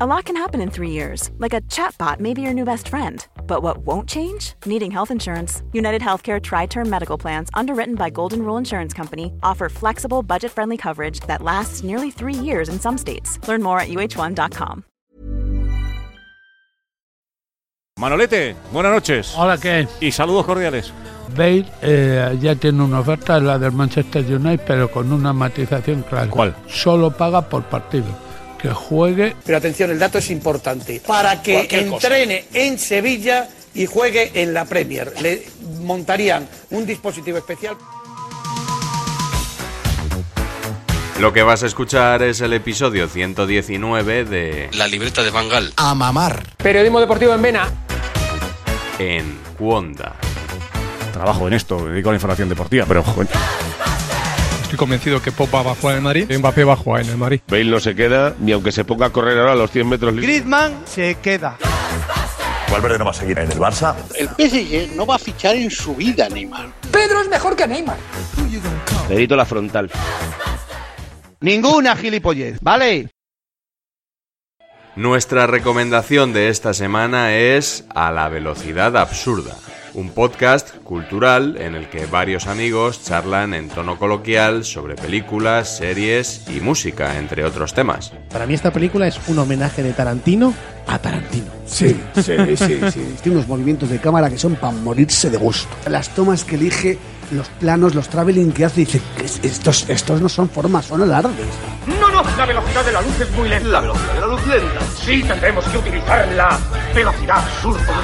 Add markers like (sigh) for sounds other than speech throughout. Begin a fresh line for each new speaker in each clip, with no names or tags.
A lot can happen in three years, like a chatbot may be your new best friend. But what won't change? Needing health insurance. United Healthcare Tri Term Medical Plans, underwritten by Golden Rule Insurance Company, offer flexible, budget friendly coverage that lasts nearly three years in some states. Learn more at uh1.com.
Manolete, buenas noches.
Hola, ¿qué?
Y saludos cordiales.
Bale eh, ya tiene una oferta, la del Manchester United, pero con una matización clara.
¿Cuál?
Solo paga por partido. Que juegue
Pero atención, el dato es importante. Para que
Cualquier cosa.
entrene en Sevilla y juegue en la Premier. Le montarían un dispositivo especial.
Lo que vas a escuchar es el episodio 119 de
La libreta de Bangal.
A mamar.
Periodismo deportivo en Vena.
En Cuonda.
Trabajo en esto, me dedico a la información deportiva, pero joder.
Estoy convencido que Popa va a jugar en el Madrid. Mbappé va a jugar en el Madrid.
Bale no se queda, ni aunque se ponga a correr ahora a los 100 metros libres.
Griezmann se queda.
Valverde no va a seguir en el Barça.
El PSG no va a fichar en su vida, Neymar.
Pedro es mejor que Neymar.
Perito la frontal.
Ninguna gilipollez, ¿vale?
Nuestra recomendación de esta semana es A la velocidad absurda, un podcast cultural en el que varios amigos charlan en tono coloquial sobre películas, series y música, entre otros temas.
Para mí esta película es un homenaje de Tarantino a Tarantino.
Sí, sí, sí, sí.
Tiene unos movimientos de cámara que son para morirse de gusto. Las tomas que elige, los planos, los traveling que hace, dice, "¿Qué es- estos, estos no son formas, son alardes.
No, no, la velocidad de la luz es muy lenta. La velocidad de la luz lenta. Sí, tendremos que utilizar la velocidad absurda.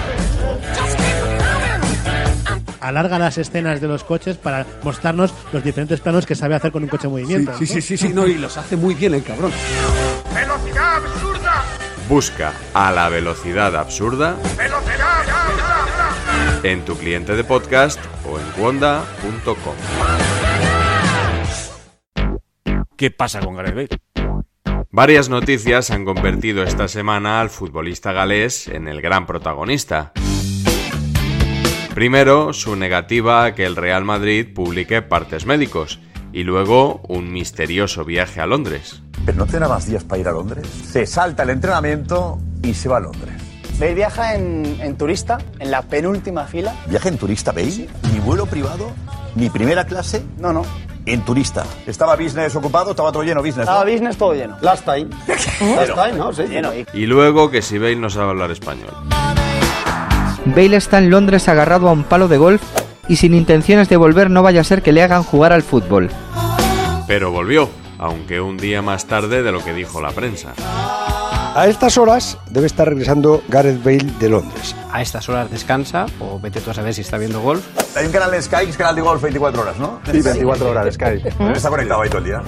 Alarga las escenas de los coches para mostrarnos los diferentes planos que sabe hacer con un coche en movimiento.
Sí, sí, sí, sí, no, y los hace muy bien el cabrón.
Velocidad absurda.
Busca A la velocidad absurda
Velocidad absurda.
en tu cliente de podcast o en cuonda.com.
¿Qué pasa con Gareth Bale?
Varias noticias han convertido esta semana al futbolista galés en el gran protagonista. Primero, su negativa a que el Real Madrid publique partes médicos y luego un misterioso viaje a Londres.
Pero no tendrá más días para ir a Londres. Se salta el entrenamiento y se va a Londres.
Bale viaja en, turista, en la penúltima fila.
Viaje en turista, ¿veis? Ni vuelo privado, ni primera clase,
No, no.
en turista. Estaba business ocupado, estaba todo lleno business. ¿no?
business todo lleno.
Last time.
(laughs)
Last time, ¿no? Sí.
Lleno.
Y luego que si Bale no sabe hablar español.
Bale está en Londres agarrado a un palo de golf y sin intenciones de volver no vaya a ser que le hagan jugar al fútbol.
Pero volvió, aunque un día más tarde de lo que dijo la prensa.
A estas horas debe estar regresando Gareth Bale de Londres.
A estas horas descansa o vete tú a saber si está viendo golf.
Hay un canal en Sky que es canal de golf 24 horas, ¿no?
Sí, 24 horas, Sky.
Está conectado ahí todo el día.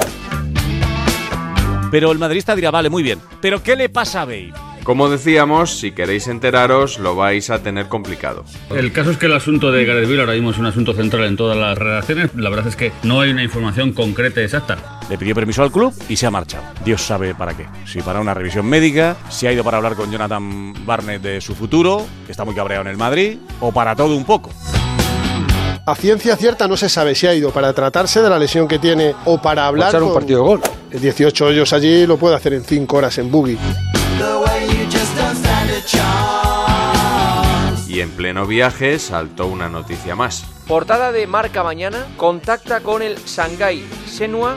Pero el madridista dirá, vale, muy bien. ¿Pero qué le pasa a Bale?
Como decíamos, si queréis enteraros lo vais a tener complicado.
El caso es que el asunto de Gareth Bale ahora mismo es un asunto central en todas las relaciones. La verdad es que no hay una información concreta y exacta.
Le pidió permiso al club y se ha marchado. Dios sabe para qué. Si para una revisión médica, si ha ido para hablar con Jonathan Barnett de su futuro, que está muy cabreado en el Madrid, o para todo un poco.
A ciencia cierta no se sabe si ha ido para tratarse de la lesión que tiene o para hablar
Echar un
con-
partido de gol.
18 hoyos allí lo puede hacer en 5 horas en buggy.
Y en pleno viaje saltó una noticia más.
Portada de Marca Mañana contacta con el Shanghai Senhua,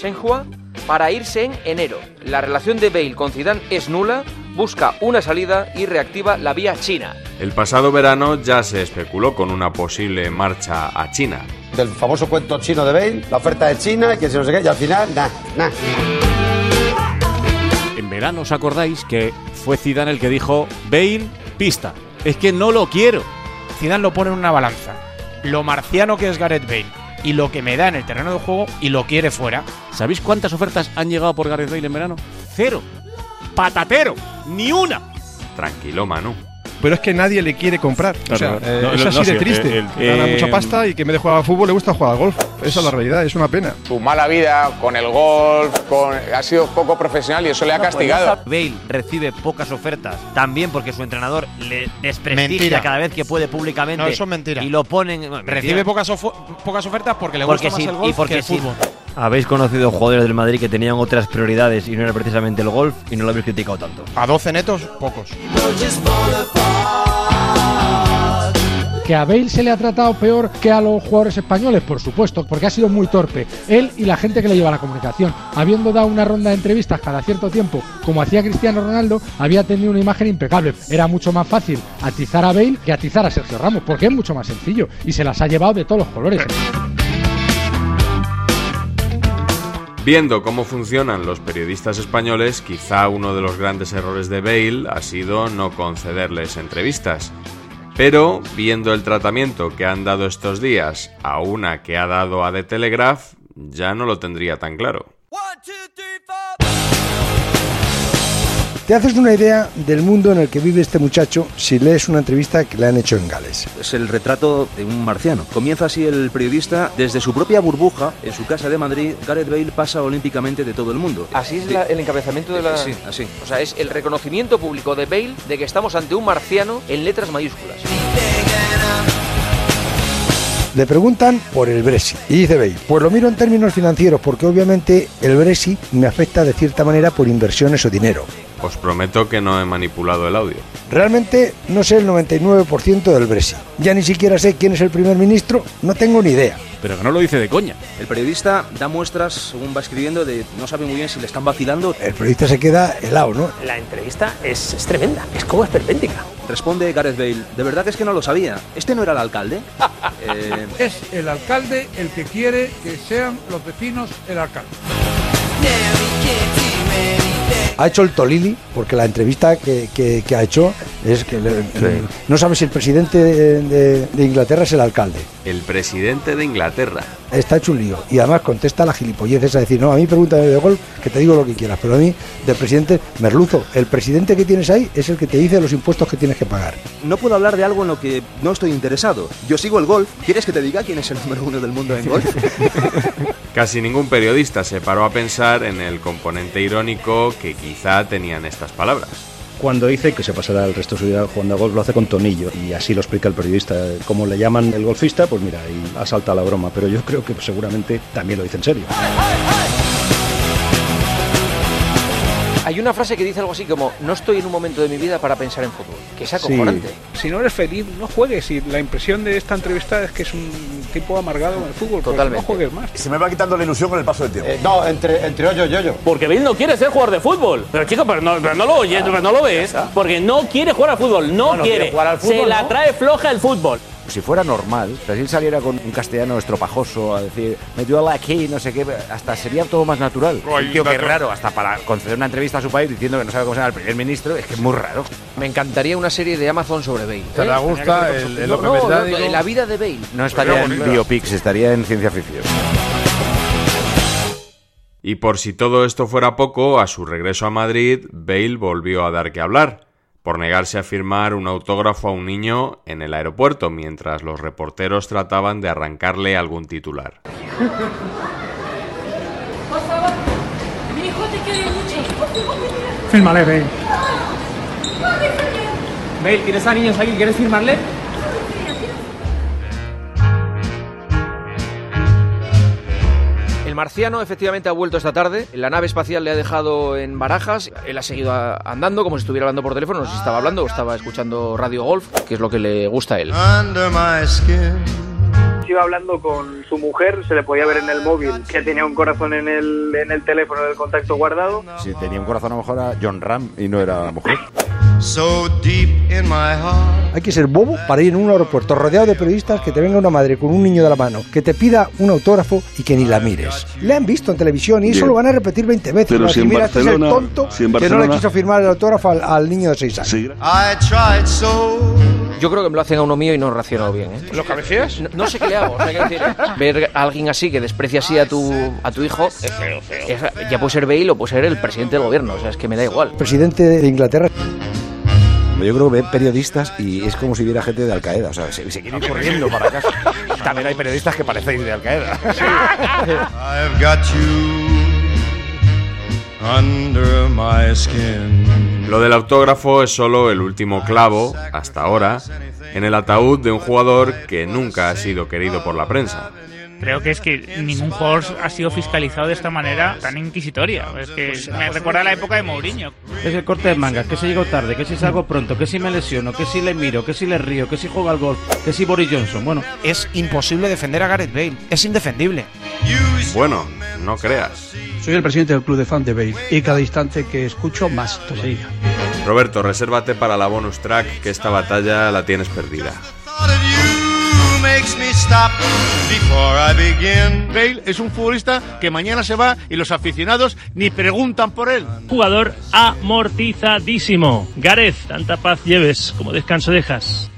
Shenhua para irse en enero. La relación de Bale con Zidane es nula, busca una salida y reactiva la vía china.
El pasado verano ya se especuló con una posible marcha a China.
Del famoso cuento chino de Bale, la oferta de China, que se no sé qué, y al final, nada, nada.
En verano, ¿os acordáis que fue Zidane el que dijo, Bale, pista? Es que no lo quiero.
Zidane lo pone en una balanza. Lo marciano que es Gareth Bale y lo que me da en el terreno de juego y lo quiere fuera.
¿Sabéis cuántas ofertas han llegado por Gareth Bale en verano? Cero. Patatero. Ni una.
Tranquilo, Manu.
pero es que nadie le quiere comprar. o
Claro,
sea, eh,
no,
es
no,
así
no,
de
sí,
triste.
el- el-
Gana
eh,
mucha pasta y que en vez de jugar al fútbol le gusta jugar al golf. Esa es la realidad, es una pena.
Su mala vida con el golf, con, ha sido poco profesional y eso le ha castigado.
Bale recibe pocas ofertas, también porque su entrenador le desprestigia
Mentira.
cada vez que puede públicamente.
No, eso es mentira.
Y lo ponen.
Recibe pocas, ofo- pocas ofertas porque le gusta más el golf que el fútbol.
Habéis conocido jugadores del Madrid que tenían otras prioridades y no era precisamente el golf y no lo habéis criticado tanto.
A 12 netos, pocos.
Que a Bale se le ha tratado peor que a los jugadores españoles, por supuesto, porque ha sido muy torpe. Él y la gente que le lleva la comunicación. Habiendo dado una ronda de entrevistas cada cierto tiempo, como hacía Cristiano Ronaldo, había tenido una imagen impecable. Era mucho más fácil atizar a Bale que atizar a Sergio Ramos, porque es mucho más sencillo y se las ha llevado de todos los colores.
Viendo cómo funcionan los periodistas españoles, quizá uno de los grandes errores de Bale ha sido no concederles entrevistas. Pero, viendo el tratamiento que han dado estos días a una que ha dado a The Telegraph, ya no lo tendría tan claro.
Te haces una idea del mundo en el que vive este muchacho si lees una entrevista que le han hecho en Gales.
Es el retrato de un marciano. Comienza así el periodista desde su propia burbuja, en su casa de Madrid. Gareth Bale pasa olímpicamente de todo el mundo.
Así es la- el encabezamiento de la.
Sí, así.
O sea, es el reconocimiento público de Bale de que estamos ante un marciano en letras mayúsculas.
Le preguntan por el Brexit y dice Bale, pues lo miro en términos financieros porque obviamente el Brexit me afecta de cierta manera por inversiones o dinero.
Os prometo que no he manipulado el audio.
Realmente no sé el 99% del Brexit. Ya ni siquiera sé quién es el primer ministro, no tengo ni idea.
Pero que no lo dice de coña.
El periodista da muestras, según va escribiendo, de no sabe muy bien si le están vacilando.
El periodista se queda helado, ¿no?
La entrevista es, tremenda, es como esperpéntica. Responde Gareth Bale, de verdad es que no lo sabía. ¿Este no era el alcalde? Eh,
Es el alcalde el que quiere que sean los vecinos el alcalde.
Ha hecho el Tolili porque la entrevista que, que- que ha hecho es que le- no sabe si el presidente de- de- de Inglaterra es el alcalde.
El presidente de Inglaterra.
Está hecho un lío. Y además contesta la gilipollez esa de decir, no, a mí pregúntame de golf, que te digo lo que quieras. Pero a mí, del presidente, merluzo, el presidente que tienes ahí es el que te dice los impuestos que tienes que pagar.
no puedo hablar de algo en lo que no estoy interesado. Yo sigo el golf. ¿Quieres que te diga quién es el número uno del mundo
(laughs)
en golf?
Casi ningún periodista se paró a pensar en el componente irónico que quizá tenían estas palabras.
Cuando dice que se pasará el resto de su vida jugando a golf, lo hace con tonillo. Y así lo explica el periodista. Como le llaman el golfista, pues mira, ahí asalta la broma. Pero yo creo que seguramente también lo dice en serio.
Hay una frase que dice algo así como: No estoy en un momento de mi vida para pensar en fútbol. Que es acojonante.
Si no eres feliz, no juegues. Y la impresión de esta entrevista es que es un tipo amargado con el fútbol. porque No juegues más.
Se me va quitando la ilusión con el paso del tiempo.
Eh,
No, entre, entre hoyo y hoyo.
Porque Bill no quiere ser jugador de fútbol. Pero chico, pero no, pero no lo oyes, pero no lo ves. Porque no quiere jugar al fútbol, no,
No, no
quiere.
quiere jugar al
Se
fútbol,
la
¿no?
trae floja el fútbol.
Si fuera normal, si él saliera con un castellano estropajoso a decir, me duele aquí, no sé qué, hasta sería todo más natural.
Ay,
Un tío que es
natural.
raro, hasta para conceder una entrevista a su país diciendo que no sabe cómo se llama el primer ministro, es que es muy raro.
Me encantaría una serie de Amazon sobre Bale.
¿Te la gusta el- el
No,
hombre
no,
británico?
no, la vida de Bale.
No estaría en biopics, estaría en ciencia ficción.
Y por si todo esto fuera poco, a su regreso a Madrid, Bale volvió a dar que hablar, por negarse a firmar un autógrafo a un niño en el aeropuerto mientras los reporteros trataban de arrancarle algún titular.
Por favor, mi hijo te quiere mucho. Por favor, mira.
Fírmale, Bale.
Mami, Fernando.
Bale, ¿tienes a niños aquí? ¿Quieres firmarle?
El marciano efectivamente ha vuelto esta tarde. La nave espacial le ha dejado en barajas. Él ha seguido a- andando como si estuviera hablando por teléfono. No sé si estaba hablando o estaba escuchando Radio Golf, que es lo que le gusta a él.
Iba hablando con su mujer, se le podía ver en el móvil que tenía un corazón en el, en el teléfono del contacto guardado.
Si tenía un corazón a lo mejor era John Ram y no era mujer.
Hay que ser bobo para ir en un aeropuerto rodeado de periodistas que te venga una madre con un niño de la mano, que te pida un autógrafo y que ni la mires. Le han visto en televisión y eso
Bien.
lo van a repetir 20 veces.
Pero
Van a
si
decir,
en
"Mira, este es
Barcelona-
el tonto
si en
que no le
Barcelona-
quiso firmar el autógrafo al, al niño de 6 años.
Yo creo que me lo hacen a uno mío y no he reaccionado bien. ¿eh?
¿Los cabeceas?
No, sé qué le hago. o sea, quiero decir, ver a alguien así que desprecia así a tu, a tu hijo, es- ya puede ser Bale o puede ser el presidente del gobierno. O sea, es que me da igual.
Presidente de Inglaterra.
Yo creo que ve periodistas y es como si viera gente de Al Qaeda. O sea, se, se quiere ir corriendo para casa. También hay periodistas que parecéis de Al Qaeda.
I've got you under my skin.
Lo del autógrafo es solo el último clavo, hasta ahora, en el ataúd de un jugador que nunca ha sido querido por la prensa.
Creo que es que ningún jugador ha sido fiscalizado de esta manera tan inquisitoria. Es que me recuerda a la época de Mourinho.
Es el corte de manga, que si llego tarde, que si salgo pronto, que si me lesiono, que si le miro, que si le río, que si juego al golf, que si Boris Johnson. Bueno,
Es imposible defender a Gareth Bale. Es indefendible.
Bueno, no creas.
Soy el presidente del club de fan de Bale y cada instante que escucho más todavía.
Roberto, resérvate para la bonus track que esta batalla la tienes perdida.
Who makes me stop before I begin?
Bale es un futbolista que mañana se va y los aficionados ni preguntan por él.
Jugador amortizadísimo. Gareth, tanta paz lleves como descanso dejas.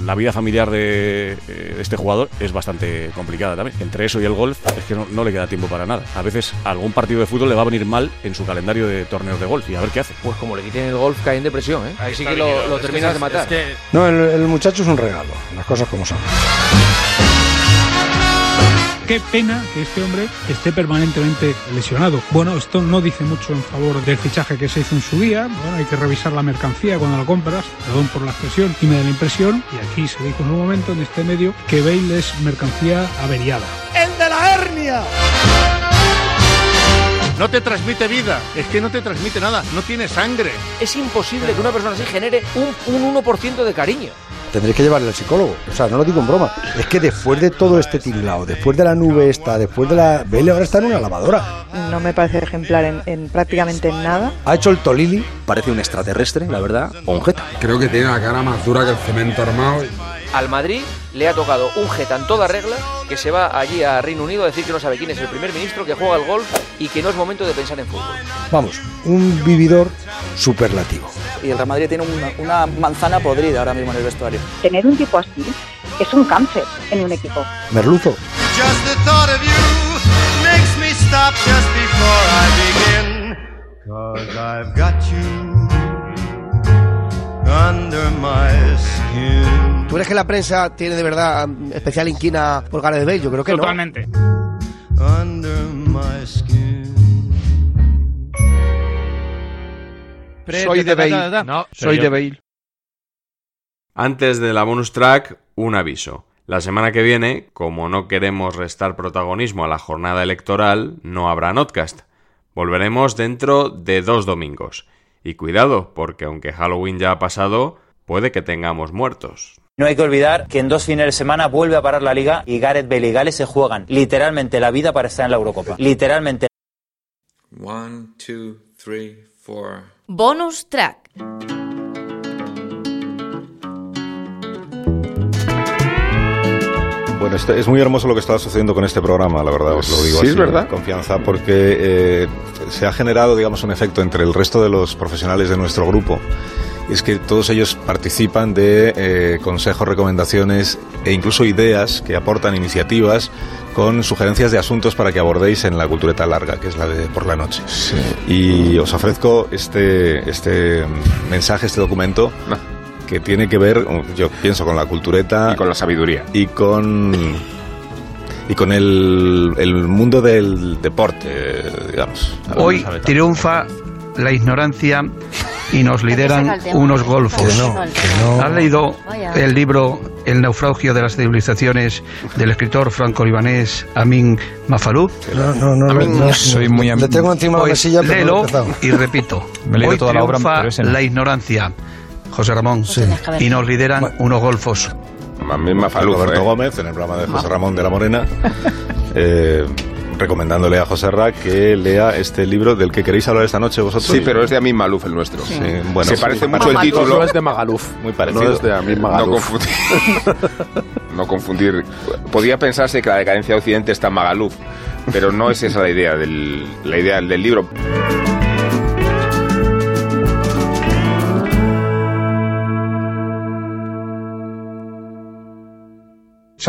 La vida familiar de eh, este jugador es bastante complicada también. Entre eso y el golf es que no, no le queda tiempo para nada. A veces algún partido de fútbol le va a venir mal en su calendario de torneos de golf y a ver qué hace.
Pues como le quiten el golf cae en depresión, ¿eh? Ahí sí que lo, lo terminas de matar.
No, el, el muchacho es un regalo, las cosas como son.
Qué pena que este hombre esté permanentemente lesionado. Bueno, esto no dice mucho en favor del fichaje que se hizo en su día. Bueno, hay que revisar la mercancía cuando la compras. Perdón por la expresión. Y me da la impresión, y aquí se dijo en un momento en este medio, que Bale es mercancía averiada.
¡El de la hernia! No te transmite vida, es que no te transmite nada, no tiene sangre.
Es imposible que una persona así genere un, un 1% de cariño.
Tendréis que llevarle al psicólogo. O sea, no lo digo en broma. Es que después de todo este tinglao, después de la nube esta, después de la... Bale ahora está en una lavadora.
No me parece ejemplar en, en prácticamente en nada.
Ha hecho el tolili.
Parece un extraterrestre, la verdad, o un jeta.
Creo que tiene la cara más dura que el cemento armado.
Al Madrid le ha tocado un jeta en toda regla que se va allí a Reino Unido a decir que no sabe quién es el primer ministro, que juega al golf y que no es momento de pensar en fútbol.
Vamos, un vividor superlativo.
Y el Real Madrid tiene una, una manzana podrida ahora mismo en el vestuario.
Tener un tipo así es un cáncer en un equipo.
Merluzo,
Just the thought of you makes me stop just before I begin. Cause I've got you under my skin.
¿Tú crees que la prensa tiene de verdad mm, especial inquina por Gareth Bale? Yo creo que
Totalmente.
Under my skin.
Soy de Bale.
No,
Soy de Bale.
Antes de la bonus track, un aviso. La semana que viene, como no queremos restar protagonismo a la jornada electoral, no habrá Notcast. Volveremos dentro de dos domingos. Y cuidado, porque aunque Halloween ya ha pasado, puede que tengamos muertos.
No hay que olvidar que en dos fines de semana vuelve a parar la liga y Gareth Bale y Gales se juegan literalmente la vida para estar en la Eurocopa. Literalmente.
One, two, three, four.
Bonus track.
Bueno, este- es muy hermoso lo que está sucediendo con este programa, la verdad, os lo digo
Sí,
así,
es verdad.
con confianza, porque eh, se ha generado, digamos, un efecto entre el resto de los profesionales de nuestro grupo. Y es que todos ellos participan de eh, consejos, recomendaciones e incluso ideas que aportan iniciativas con sugerencias de asuntos para que abordéis en la cultureta larga, que es la de por la noche. Y os ofrezco este, este mensaje, este documento. que tiene que ver, yo pienso, con la cultureta. Y con la sabiduría. Y con. Y con el, el mundo del deporte, digamos.
Hoy triunfa la ignorancia y nos lideran unos golfos. ¿Has leído el libro El naufragio de las civilizaciones del escritor franco-libanés Amin Mafalou?
No, no, no,
Amin-
no, no. Soy muy am- Le tengo encima de la
Hoy,
silla, pero no he
léelo
empezado.
y repito.
(laughs) Me he leído
hoy
toda la obra,
triunfa
pero ese no.
la ignorancia. José Ramón.
tienes que haber-
Y nos lideran unos golfos.
También Mafaluz. Roberto Gómez, en el programa de José Ramón de la
(laughs)
Morena, eh, recomendándole a José Ra que lea este libro del que queréis hablar esta noche vosotros.
Sí, pero es de Amin Maluf el nuestro.
Sí, bueno,
Se
sí.
parece mucho el título. No es de Magaluf.
Muy parecido.
No es de Amin Magaluf. No confundir. (laughs) no confundir. Podía pensarse que la decadencia de Occidente está en Magaluf, pero no es esa la idea del, la idea del libro.
Se